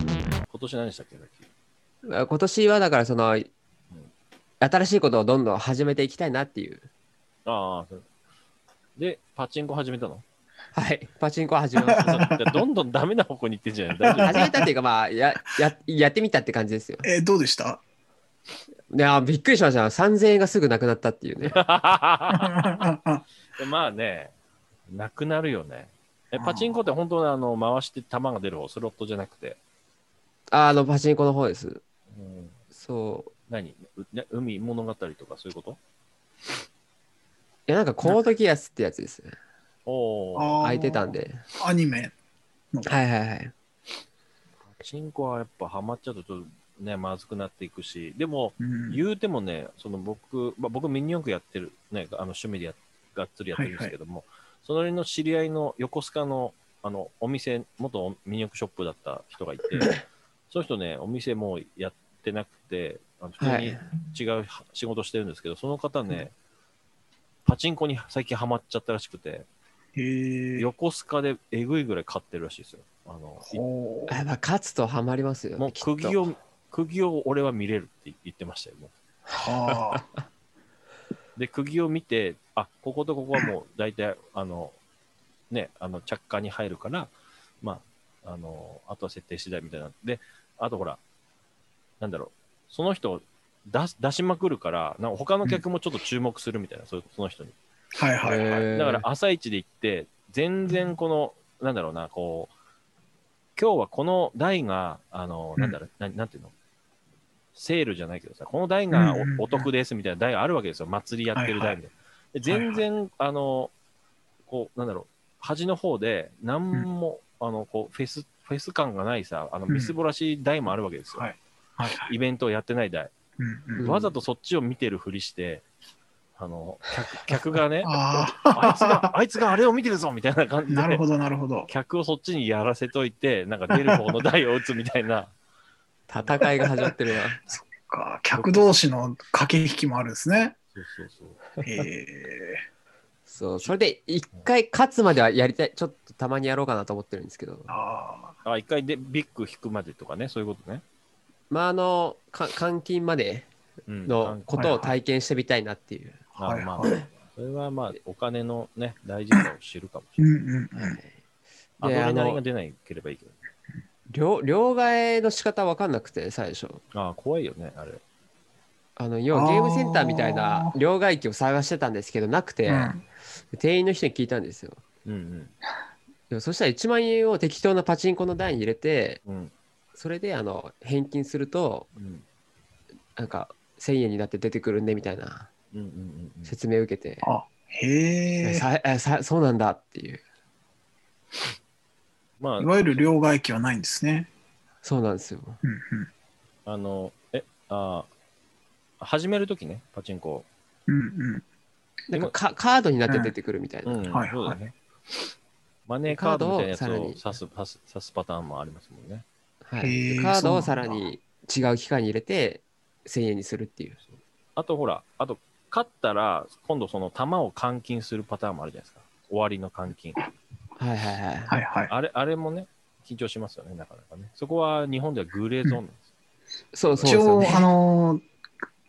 年何でしたっけさっきあ今年はだからその、新しいことをどんどん始めていきたいなっていう。ああ、そうで、パチンコ始めたの はい。パチンコを始めました。どんどんダメな方向に行ってんじゃない大丈始めたっていうか、まあ、や、や、やってみたって感じですよ。えーどう でしたね、あびっくりしました。3000円がすぐなくなったっていうね。夫うまあね、なくなるよね。えパチンコって本当にあの回して弾が出る方、スロットじゃなくて。ああの、パチンコの方です。うん、そう。何うね海物語とかそういうこといや、なんか、コードギアスってやつです。おお。ん空いてたん。で。あーアニメ。はいはいはい。パチンコはやっぱハマっちゃうとちょっとね、まずくなっていくし、でも、うん言うてもね、その僕、まあ、僕ミニ四駆やってる、ね、あの趣味でやがっつりやってるんですけども、そのりの知り合いの横須賀のあのお店、元ミニ四駆ショップだった人がいて、その人ね、お店もうやってなくて、あの普は通い。に違う仕事してるんですけど、その方ね、パチンコに最近ハマっちゃったらしくて、へえ。横須賀でえぐいぐらい買ってるらしいですよ。あのほうやっぱ、勝つとハマりますよ。もうきっと釘を、釘を俺は見れるって言ってましたよ、もうはあ。で、釘を見て、あ、こことここはもう大体、あの、ね、あの、着火に入るから、まあ、あの、あとは設定次第みたいな。で、あとほら、なんだろう、その人を出す出しまくるから、なんか他の客もちょっと注目するみたいな、そうその人に。はいはいはい。へーだから朝一で行って、全然この、なんだろうな、こう、今日はこの台が、あの、なんだろう、ななんていうのセールじゃないけどさ、この台がうんうんうんおお得ですみたいな台があるわけですよ。祭りやってる台みたいな。で全然、あの、こう、なんだろう、端の方で、なんも、あの、こう、フェス、フェス感がないさ、あの、うんみすぼらしい台もあるわけですよ。はいはいはイベントをやってない台。い。うんうんわざとそっちを見てるふりして、あの、客客がね、ああいつが、あいつがあれを見てるぞみたいな感あ、じなるで、ほどなるほど。客をそっちにやらせといて、なんか出る方の台を打つみたい な。戦いが始まってるな。か客同士の駆け引きもあるんですね。そうそうそう。へえ。そう、それで一回勝つまではやりたい、ちょっとたまにやろうかなと思ってるんですけど、ああ、一回でビッグ引くまでとかね、そういうことね。まあ、あの、か監禁までうんのことを体験してみたいなっていう。あはいまあは、それはまあ、お金のね、大事さを知るかもしあ。うれんない。うんうん。アで、ドあレナリンがの、出ないければいいけど。両両替の仕方わかんなくて、最初。ああ、怖いよね、あれ。あの、要はゲームセンターみたいなあー両替機を探してたんですけど、なくて、うん店員の人に聞いたんですよ。うんでもそしたら1万円を適当なパチンコの台に入れて、うん。うんそれで、あの、返金すると、うん。なんか、1000円になって出てくるんで、みたいなうんうんうんうん。説明を受けて、あへえ。さえさそうなんだっていう。まいわゆる両替機はないんですね。そうなんですよ。うんうんあ、あの、え、ああ、始めるときね、パチンコ。うんなんかカカードになって出てくるみたいな。うん、はいそうだね。マネーカードみたいなやつカードををさ刺す刺す刺すパターンもありますもんね。はいへーカードをそさうならんだに違う機械に入れて1000円にするっていう。あとほら、あと、勝ったら、今度その玉を換金するパターンもあるじゃないですか。終わりの換金。はいはいはい。うん。はいはい。あれ、あれもね、緊張しますよね、なかなかね。そこは日本ではグレーゾーンなんですよ。そうそう一そう、応、あね。のー、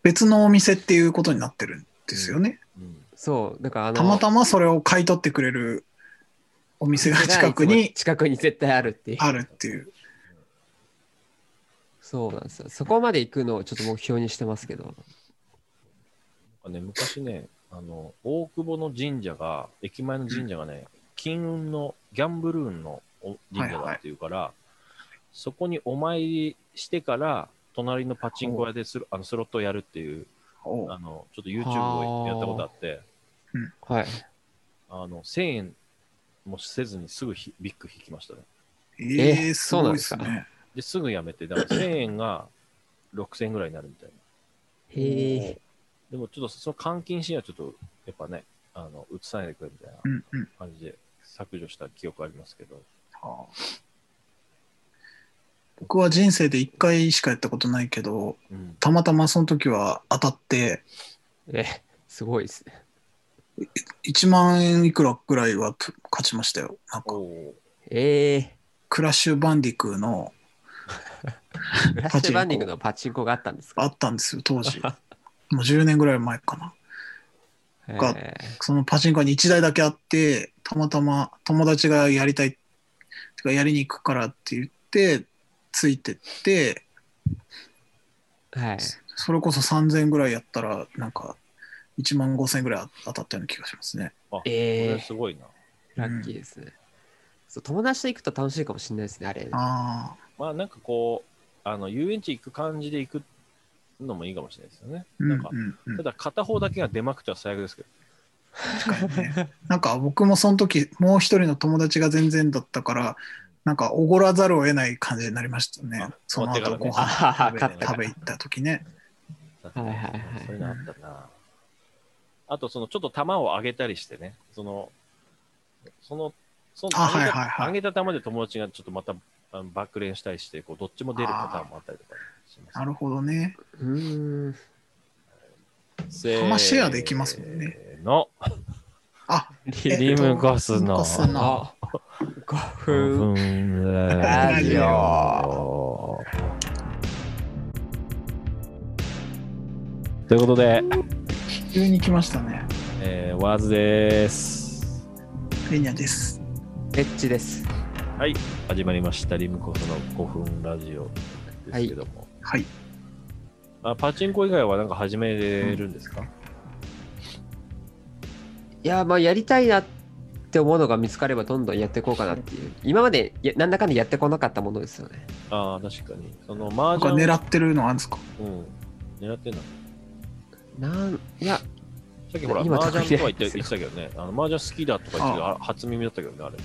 別のお店っていうことになってるんですよね。うんそう。だからあの、たまたまそれを買い取ってくれるお店が近くいつもに近くに絶対あるっていう。あるっていう。そうなんですよ。そこまで行くのをちょっと目標にしてますけど。なんかね、昔ね、あの、大久保の神社が、駅前の神社がね、金運の、ギャンブルーンのお神社だっていうから、そこにお参りしてから、隣のパチンコ屋でする、あのスロットをやるっていう、おあの、ちょっと YouTube をやったことあって、はい。あの、1000円もせずにすぐひビッグ引きましたね。えええ、ーすそうごないんでですすかね。で、すぐやめて、だから1000円が6000円ぐらいになるみたいな。へえ。でもちょっとその換金シーンはちょっと、やっぱね、あの、映さないでくれみたいなうんうん。感じで削除した記憶ありますけど、あー僕は人生で1回しかやったことないけど、うん。たまたまその時は当たって、え、すごいですね。 1万円いくらぐらいはぷ勝ちましたよ。なんかおーええクラッシュバンディクーのブラッシュバンディングのパチンコがあったんですあかったんですよ、当時。 もう10年ぐらい前かな。かえーそのパチンコに1台だけあって、たまたま友達がやりたい、てかやりに行くからって言って、ついてって、はい。それこそ3000円ぐらいやったら、なんか、1万5000円ぐらい当たったような気がしますね。こえれー、すごいな。ラッキーですね。そう友達と行くと楽しいかもしれないですね、あれ。ああ、まあなんかこう、あの遊園地行く感じで行くのもいいかもしれないですよね。うんうなんか、んうんた。だ片方だけが出まくっちゃ最悪ですけど。確かにね。なんか僕もその時、もう一人の友達が全然だったから、なんかおごらざるを得ない感じになりましたねあ。その終わ後ってごかあ飯はは食べ勝った食かべ行った時ね。はいはいはいそういうのあったな。あと、そのちょっと球を上げたりしてね、その、その、そのあ上げたはいはいはい上げた球で友達がちょっとまたあのバックレーンしたりして、こうどっちも出るパターンもあったりとかします。なるほどね。うーん。せーまあシェアできますもんね。の、あ、リえっとリムコスのコスのあ、5分。ラジオ。ということで、急に来ましたね。えー、ワーズです。レニャです。エッチです。はい、始まりました。リムコスの5分ラジオですけども。はい。あパチンコ以外はなんか始めれるんですか、いや、まあ、やりたいなって思うのが見つかれば、どんどんやっていこうかなっ ていう。今までや、なんだかんだやってこなかったものですよね。ああ、確かに。そのマなーんジかャン狙ってるのあるんですかうん、狙ってんのなん、いや、さっきほら、今マージャンとは言って得意言ってたけどね、あのマージャン好きだとか言ってたああ初耳だったけどね、あれ。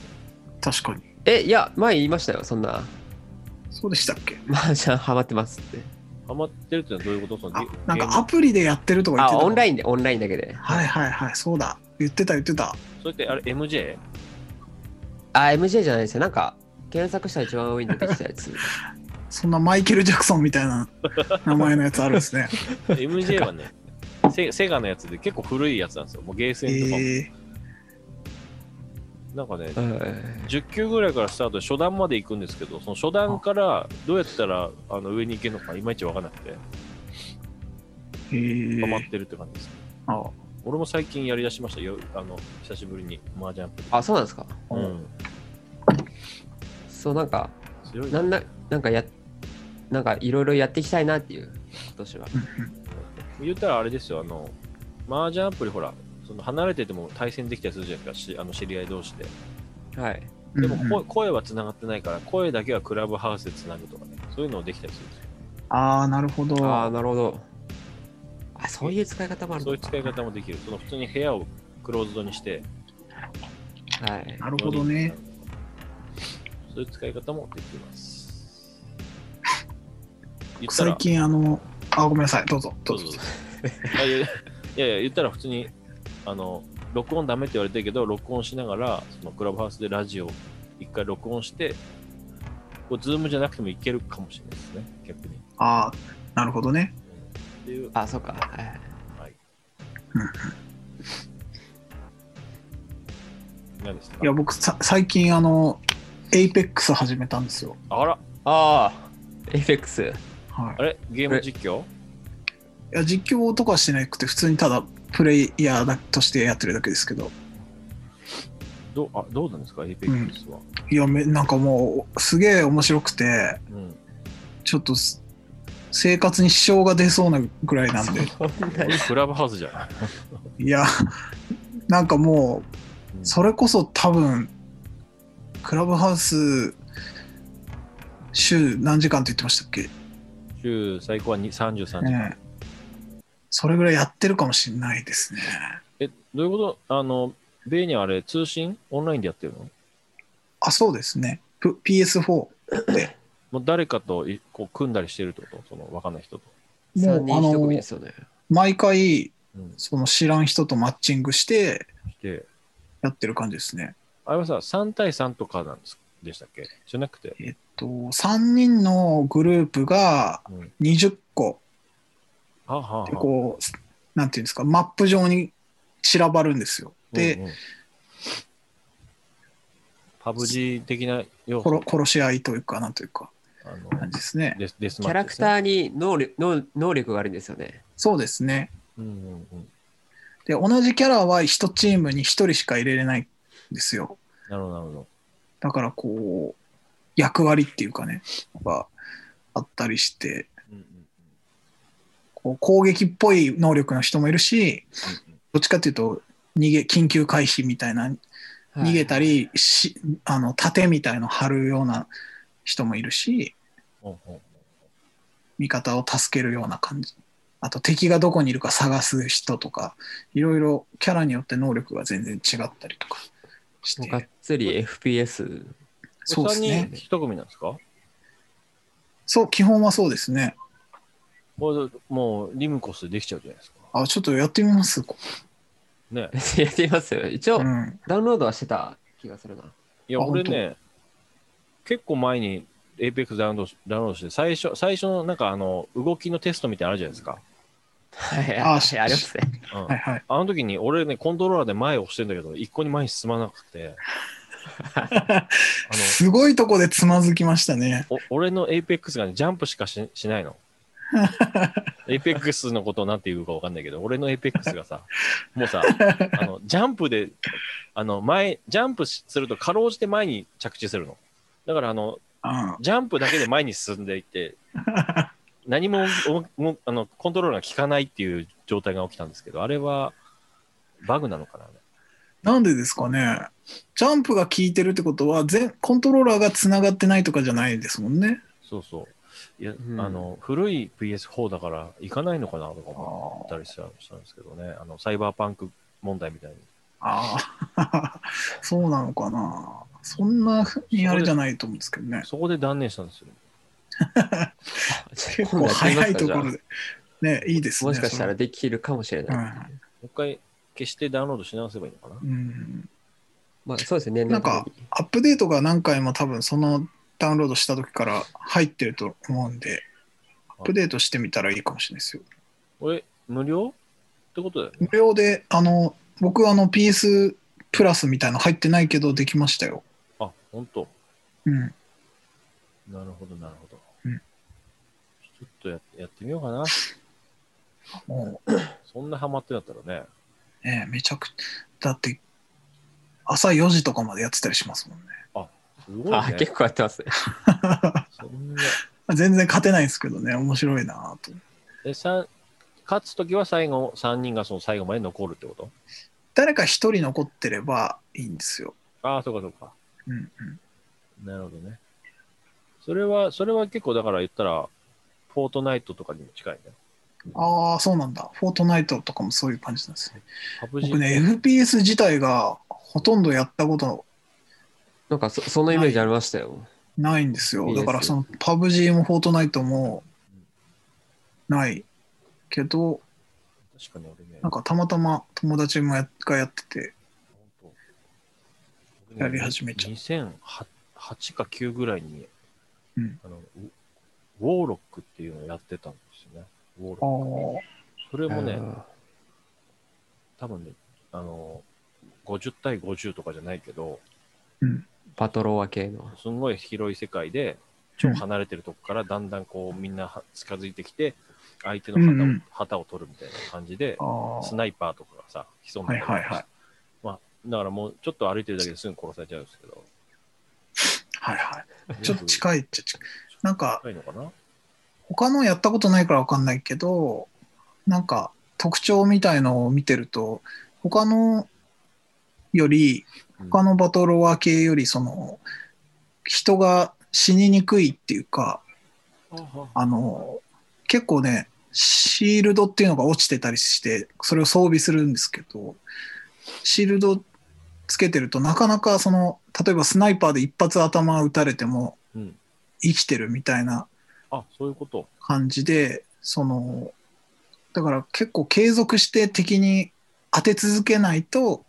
確かに。え、いや、前言いましたよ、そんな。 そうでしたっけマージャンハマってますって。ハマってるってのはどういうことそのあゲ、なんゲームかアプリでやってるとか言ってあ、た。オンライインで、オンラインだけでン。。はいはいはい、そうだ。言ってた言ってた。それってあれ MJ? あ、MJ じゃないですよ。なんか、検索したら一番多いんでできたや つ。そんなマイケル・ジャクソンみたいな名前のやつあるんですね。 MJ はね、セセガのやつで結構古いやつなんですよ。もうゲーセえンとかも。ー、なんかね、うん10級ぐらいからスタートで初段まで行くんですけど、その初段からどうやったらあの上に行けるのかいまいちわからなくて、えーハマってるって感じですね。あ俺も最近やりだしましたよ、あの久しぶりにマージャン。あ、そうなんですか。う、うんそう、なんか、強いななんな、なんかや、なんかいろいろやっていきたいなっていう、今年は。言ったらあれですよ、あの、マージャンアプリほら、その離れてても対戦できたりするじゃないですかし、あの知り合い同士で。はい。うんでうんも、声声は繋がってないから、声だけはクラブハウスで繋ぐとかね、そういうのをできたりするんですよ。ああ、なるほど。ああ、なるほど。あ、そういう使い方もあるそういのう使いか。方もできる。その普通に部屋をクローズドにして、はい。なるほどね。。そういう使い方もでき ます。言ったら最近、あの、あ、ごめんなさい、どうぞ、どそううぞ。そうそうあいやいやいや、言ったら普通に、あの、録音ダメって言われてるけど、録音しながら、そのクラブハウスでラジオ一回録音して、こうズームじゃなくてもいけるかもしれないですね、逆に。ああ、なるほどね。っていう、あ、そうか。はいはいうん。何でしたかいや、僕、さ最近、あの、エイペックス始めたんですよ。あら、ああ、エフェクス。はいあ。れゲーム実況いや、実況とかはしてなくて、普通にただ、プレイヤーだとしてやってるだけですけど、どうあどうなんですか、エイペックスは。いや、めなんかもう、すげえ面白くて、うんちょっとす、生活に支障が出そうなぐらいなんで、そんなに。クラブハウスじゃない。いや、なんかもうんう、それこそ多分、クラブハウス、週何時間って言ってましたっけ、週最高はに33時間。ねそれぐらいやってるかもしれないですね。え、どういうことあの、ベイにあれ、通信オンラインでやってるのあ、そうですね。プ PS4 で。もう誰かといこう組んだりしてるってことその分かんない人と。も3う、あ人一組ので、すよね。毎回、うん、その知らん人とマッチングしてして、やってる感じですね。あれはさ、3対3とかなんですでしたっけじゃなくて、えっと、3人のグループがうん、 20個、はあ、はあはあ、こう、なんていうんですか、マップ上に散らばるんですよ。で、うんうんパブ G 的な要殺素。殺し合いというか、なんというか、あの感じですね。デスデスキマャッラチでクすね、ターに能力能能力があるんですよね。そうですね。うんうんうん、で、同じキャラは一チームに一人しか入れれないんですよ。なるほど、なるほど。だからこう、役割っていうかね、があったりして、うんうんうんこう攻撃っぽい能力の人もいるし、うんうんどっちかっていうと、逃げ、緊急回避みたいな、はい逃げたり、しあの、盾みたいの張るような人もいるし、ほうほう味方を助けるような感じ。あと敵がどこにいるか探す人とか、いろいろキャラによって能力が全然違ったりとかし、もうがってつり FPS。そうですねお。三人一組なんですかそう、基本はそうですね。もうもうリムコスでできちゃうじゃないですか。あ、ちょっとやってみます。ね。やってみますよ。一応、うん。ダウンロードはしてた気がするな。いや、あ俺ね、結構前に APEX ダウンロードしダウンロードして、最初、最初のなんかあの、動きのテストみたいなのあるじゃないですか。はい、ああしりますね。うんはいはい。あの時に、俺ね、コントローラーで前押してんだけど、一個に前に進まなく て、あの、すごいとこでつまずきましたね。お俺の APEX がね、ジャンプしかししないの。APEX のことをなんて言うかわかんないけど、俺の APEX がさ、もう さ、あの、ジャンプで、あの、前、ジャンプしするとかろうじて前に着地するの。だから、あの、うんジャンプだけで前に進んでい って、何もおもあのコントローラーが効かないっていう状態が起きたんですけど、あれはバグなのかなねなんでですかね。ジャンプが効いてるってことは、全コントローラーがつながってないとかじゃないですもんね。そうそう。いや、うんあの、古い PS4 だから行かないのかなとか思ったりしたしたんですけどね、あの、サイバーパンク問題みたいに。ああ、 そうなのかな。そんなにあれじゃないと思うんですけどね。そこで断念したんですよ。結構早いところで。ね、いいですね。もしかしたらできるかもしれそれない。もう一回消してダウンロードし直せばいいのかなうんうん。まあ、そうですね。なんかアップデートが何回も多分そのダウンロードした時から入ってると思うんで、アップデートしてみたらいいかもしれないですよ。これ、無料ってことだよね。無料で、あの、僕、あの、PS プラスみたいの入ってないけど、できましたよ。あ、本当。うん。なるほど、なるほど。うんちょっとややってみようかな。もそんなハマってだったらね。う、ね、めちゃくだって、朝4時とかまでやってたりしますもんね。すごいあね。結構やってますね。そんな全然勝てないんですけどね、面白いなぁと。えさん勝つときは最後、3人がその最後まで残るってこと誰か1人残ってればいいんですよ。ああ、そうかそうか。うんうん。なるほどね。それは、それは結構だから言ったら、フォートナイトとかにも近いね。ああ、そうなんだ。フォートナイトとかもそういう感じなんですね。パブジ僕ね、FPS 自体がほとんどやったことなんかそ、そのイメージありましたよ。ないんでいすよ。いですだよからその PUBG も Fortnite もないけど、確かに俺ね、なんかたまたま友達もやがやってて、本当やり始めちゃう2008か9ぐらいに、うんあのウウォーロックっていうのをやってたんですよね。ウォーあロック。それでもね、多分ね、あの、50対50とかじゃないけど、パトロワ系の。すんごい広い世界で、超離れてるとこからだんだんこうみんなは近づいてきて、相手の旗を,、うんうん旗を取るみたいな感じであ、ースナイパーとかがさ、潜んでたりとかはいはいはいまあ、だからもうちょっと歩いてるだけですぐ殺されちゃうんですけど、はいはい。ちょっとい。近いっちゃ近い。なんか、近いのかな他のやったことないからわかんないけど、なんか特徴みたいのを見てると、他のより、うん他のバトロワ系より、その、人が死ににくいっていうか、あの、結構ね、シールドっていうのが落ちてたりして、それを装備するんですけど、シールドつけてるとなかなかその、例えばスナイパーで一発頭撃たれてもうん。生きてるみたいなあ、そういうこと。感じで、その、だから結構継続して敵に当て続けないと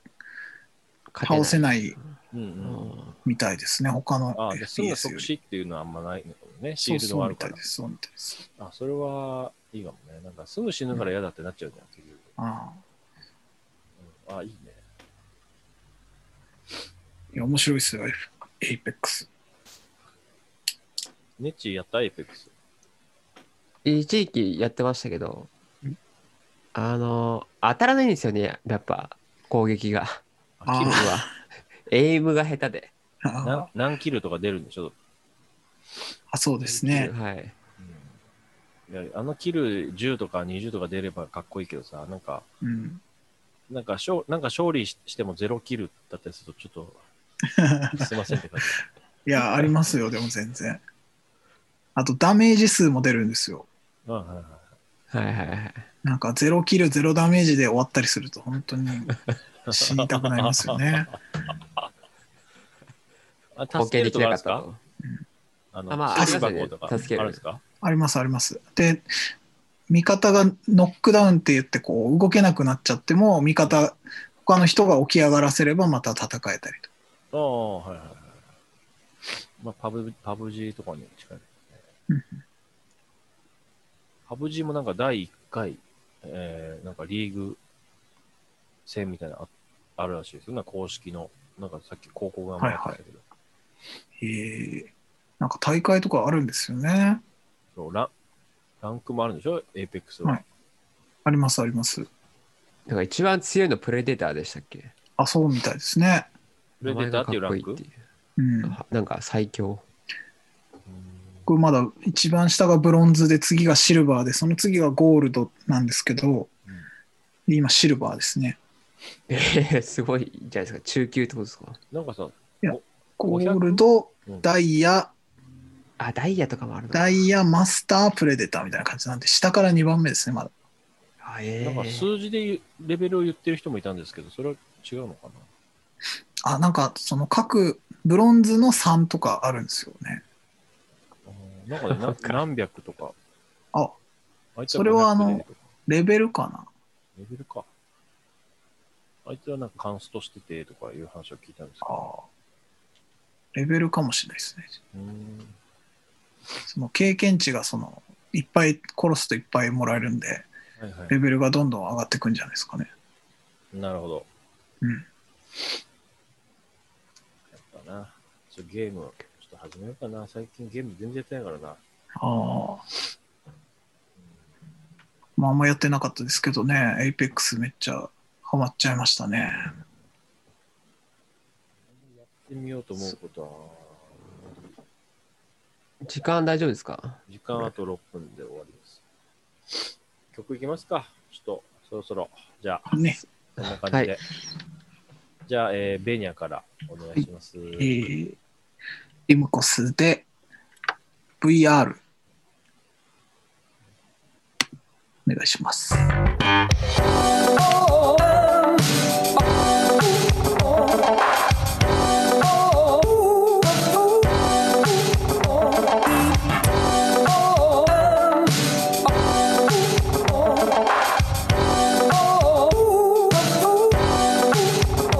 倒せい。ないうんう。うんんみたいですね、他のあ、で、すぐ FPS よ即り。死っていうのはあんまないのかもね。シそーうルそドがうあみるたかいらで。す、そうみたいです。あ、それはいいかもね。なんかすぐ死ぬから嫌だってなっちゃうじゃん、結局。ああうんあ、いいね。いや、面白いですよ、F- Apex。ネッチやったエイペックス。一時期やってましたけどうん、あの、当たらないんですよね、やっぱ、攻撃が。あキル僕は。 エイムが下手で。あな何キルとか出るんでしょ、あそうですね。はい。いやあのキル10とか20とか出ればかっこいいけどさ、なんか、うん。なんか勝なんか勝利ししてもゼロキルだったりすると、ちょっと、すいませんって 感じ。いや、ありますよ、でも全然。あと、ダメージ数も出るんですよ。うんはいはいはいはいはい。なんか、ゼロキル、ゼロダメージで終わったりすると、本当に死にたくなりますよね。あ、貢助献けでるきとかなあるんかでっすたかあの、助けと。あまあありますよね箱とか、あ助けるるんですかあります、あります。で、味方がノックダウンって言って、こう、動けなくなっちゃっても、味方、他の人が起き上がらせれば、また戦えたりと。ああ、はいはいはい。まあ、パブ、パブ G とかに近いですうねん。パブ G もなんか第1回、えー、なんかリーグ戦みたいなのああるらしいですよ。なんか公式の、なんかさっき高校が回ってたけど、へえなんか大会とかあるんですよね。そうランランクもあるんでしょエイペックスは。はいあります、あります。なんか一番強いのプレデターでしたっけあ、そうみたいですね。プレデターっていうランク名前がかっこいいっていううん。なんか最強。うん僕まだ一番下がブロンズで次がシルバーでその次がゴールドなんですけど、今シルバーですねえー、すごいじゃないですか。中級ってことですか。なんかさ、ゴ500ールドうんダイヤあ、ダイヤとかもあるのかダイヤマスタープレデターみたいな感じなんで下から2番目ですねまだあえなんかー、数字で言うレベルを言ってる人もいたんですけど、それは違うのかなあなんかその各ブロンズの3とかあるんですよねうんなんかね、なんなか何百とか。ああいつそれはあの500でとかレベルかなレベルか。あいつはなんかカンストしててとかいう話を聞いたんですけど。あレベルかもしれないですねうーんその経験値がそのいっぱい殺すといっぱいもらえるんではいはレベルがどんどん上がってくんじゃないですかねい。なるほど。うんやっぱな。ちょゲーム、ちょっと始めようかな。最近ゲーム全然やってないからな。ああまあ、あんまやってなかったですけどね、エイペックスめっちゃハマっちゃいましたね。やってみようと思うことは、時間大丈夫ですか時間あと6分で終わりです。曲いきますか。ちょっと、そろそろ。じゃあ、ね、こんな感じで。じゃあ、えーベニャからお願いします。えー、リムコスで VR お願いします。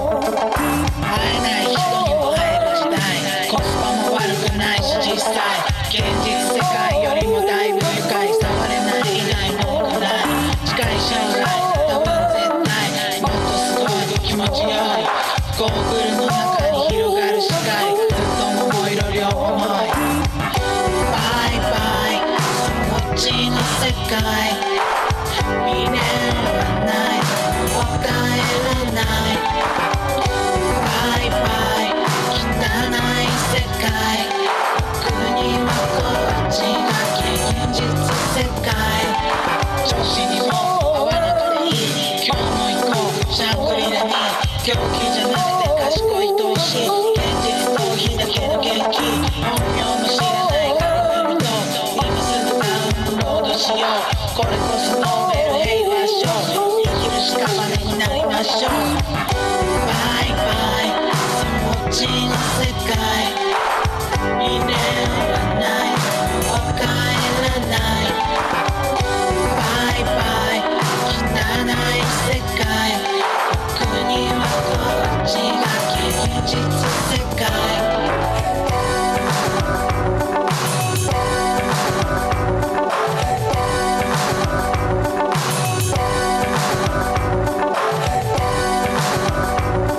会えない人にも会える時代コスパも悪くないし実際現実世界よりもだいぶ深い触れない以外のものない近い将来多分絶対もっとすごい気持ちよいゴーグルの中に広がる視界ずっと桃色両思いバイバイそのうちの世界未練はない答えらないバイバイ汚い世界僕にはこっちが現実世界調子にも合わなくていい今日も行こうシャングリラに狂気じゃなくて賢いとしい現実逃避だけの元気本名も知らないから海と今すぐダウンロードしようこれこそノーベル平和賞生きる屍になりましょうバイバイそのうちの世界未練はないお帰らないバイバイ汚い世界僕にはこっちが現実世界「バイバイそのうちの世界」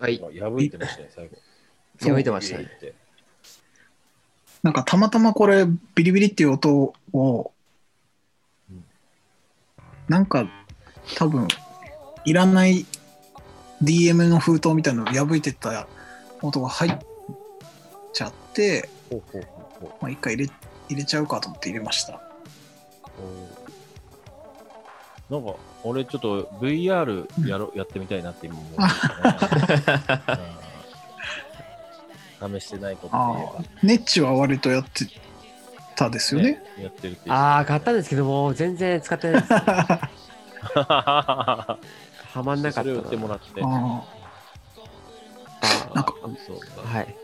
はい。破いてましたね、最後。そう破いてましたね。ね。なんかたまたまこれビリビリっていう音をうんなんか多分いらない DM の封筒みたいなのを破いてった音が入っちゃって、ほうほうほうほうまあ、一回入れ入れちゃうかと思って入れました。なんか、俺ちょっと VR やろ、やってみたいなって今思うんですよねうん試してないことって言えああ、ネッチは割とやってたですばよ ね。やってるっていうああ、買ったんですけども、全然使ってないです。ははまんなかそっれたを売っな。てもらって。ああなんかそうかはい。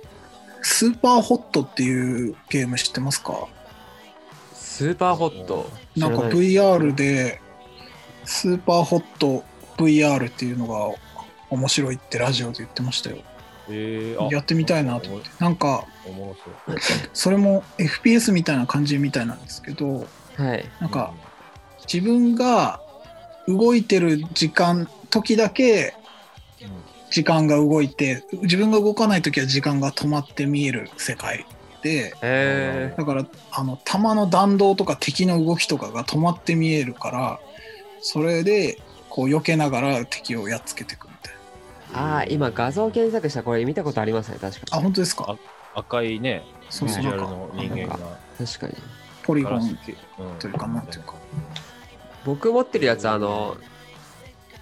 スーパーホットっていうゲーム知ってますかスーパーホット。なんか知らい VR でスーパーホット VR っていうのが面白いってラジオで言ってましたよ。えーあやってみたいなと思って。なんかおもろそう。それも FPS みたいな感じみたいなんですけど、はい。なんか自分が動いてる時間、時だけうん、うん時間が動いて、自分が動かない時は時間が止まって見える世界で、えだからあの弾の弾道とか敵の動きとかが止まって見えるからそれでこう避けながら敵をやっつけていくみたいなー、ああ、今画像検索したらこれ見たことありますね、確かあ本当ですか赤いね、そうそうビジュなアルんかの人間が。に。確かに。ポリガゴラスンけうんというかなんていうか僕持ってるやつ、あの、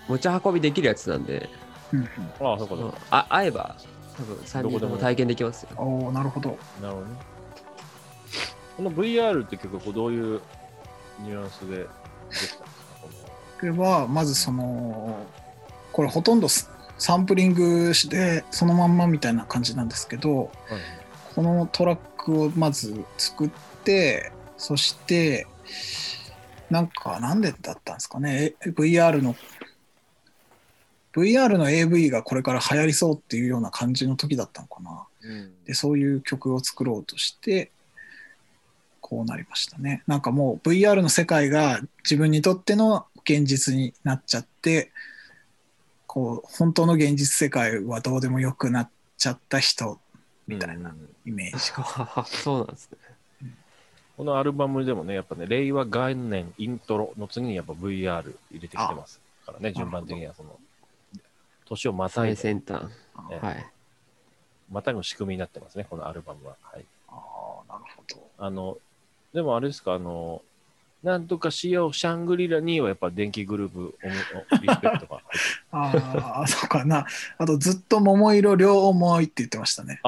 持ち運びできるやつなんで、うんうんああ、そうかそうか。あ会えば、多分3どこ人でともも体験できますよ。おおなるほどなるほどね。この VR って結構こうどういうニュアンスでできたんですかこのこれはまずそのこれほとんどスサンプリングしてそのまんまみたいな感じなんですけどこのトラックをまず作ってそしてなんか何でだったんですかねえ VR の VR の AV がこれから流行りそうっていうような感じの時だったのかなでそういう曲を作ろうとしてこうなりましたねなんかもう VR の世界が自分にとっての現実になっちゃってこう本当の現実世界はどうでもよくなっちゃった人みたいな。イメージそうなんですね。このアルバムでもね、やっぱね、令和元年イントロの次にやっぱ VR 入れてきてますからね、あ順番的にはその、年をまた最いで、先端。ええはい。またぐ仕組みになってますね、このアルバムは。はい。ああ、なるほど。あの、でもあれですか、あの、なんとかしよう、シャングリラにはやっぱ電気グループ、おむおリスペクトが。ああ、 そうかな。あと、ずっと桃色両思いって言ってましたね。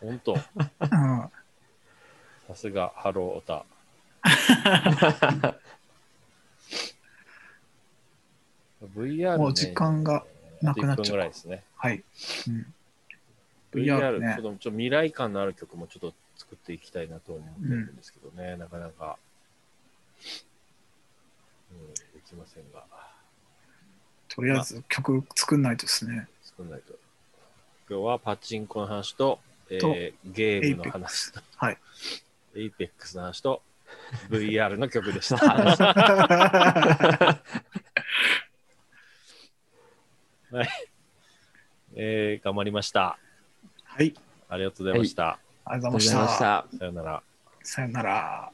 本当、うん。さすがハローオタ。VR、ね、もう時間がなくな10っ分ちゃぐうらいですね。はい。うん、 VR、 VR ね、ねちょっとちょっと未来感のある曲もちょっと作っていきたいなと思ってるんですけどね、なかなか、うん、できませんが、とりあえず曲作んないとですね。少ないと。今日はパチンコの話と、えーゲームの話と、はい。エイペックスの話と、VR の曲でした。話えー頑張りました。 はい。ありがとうございました。ありがあとうございました。た。さよなら。さよなら。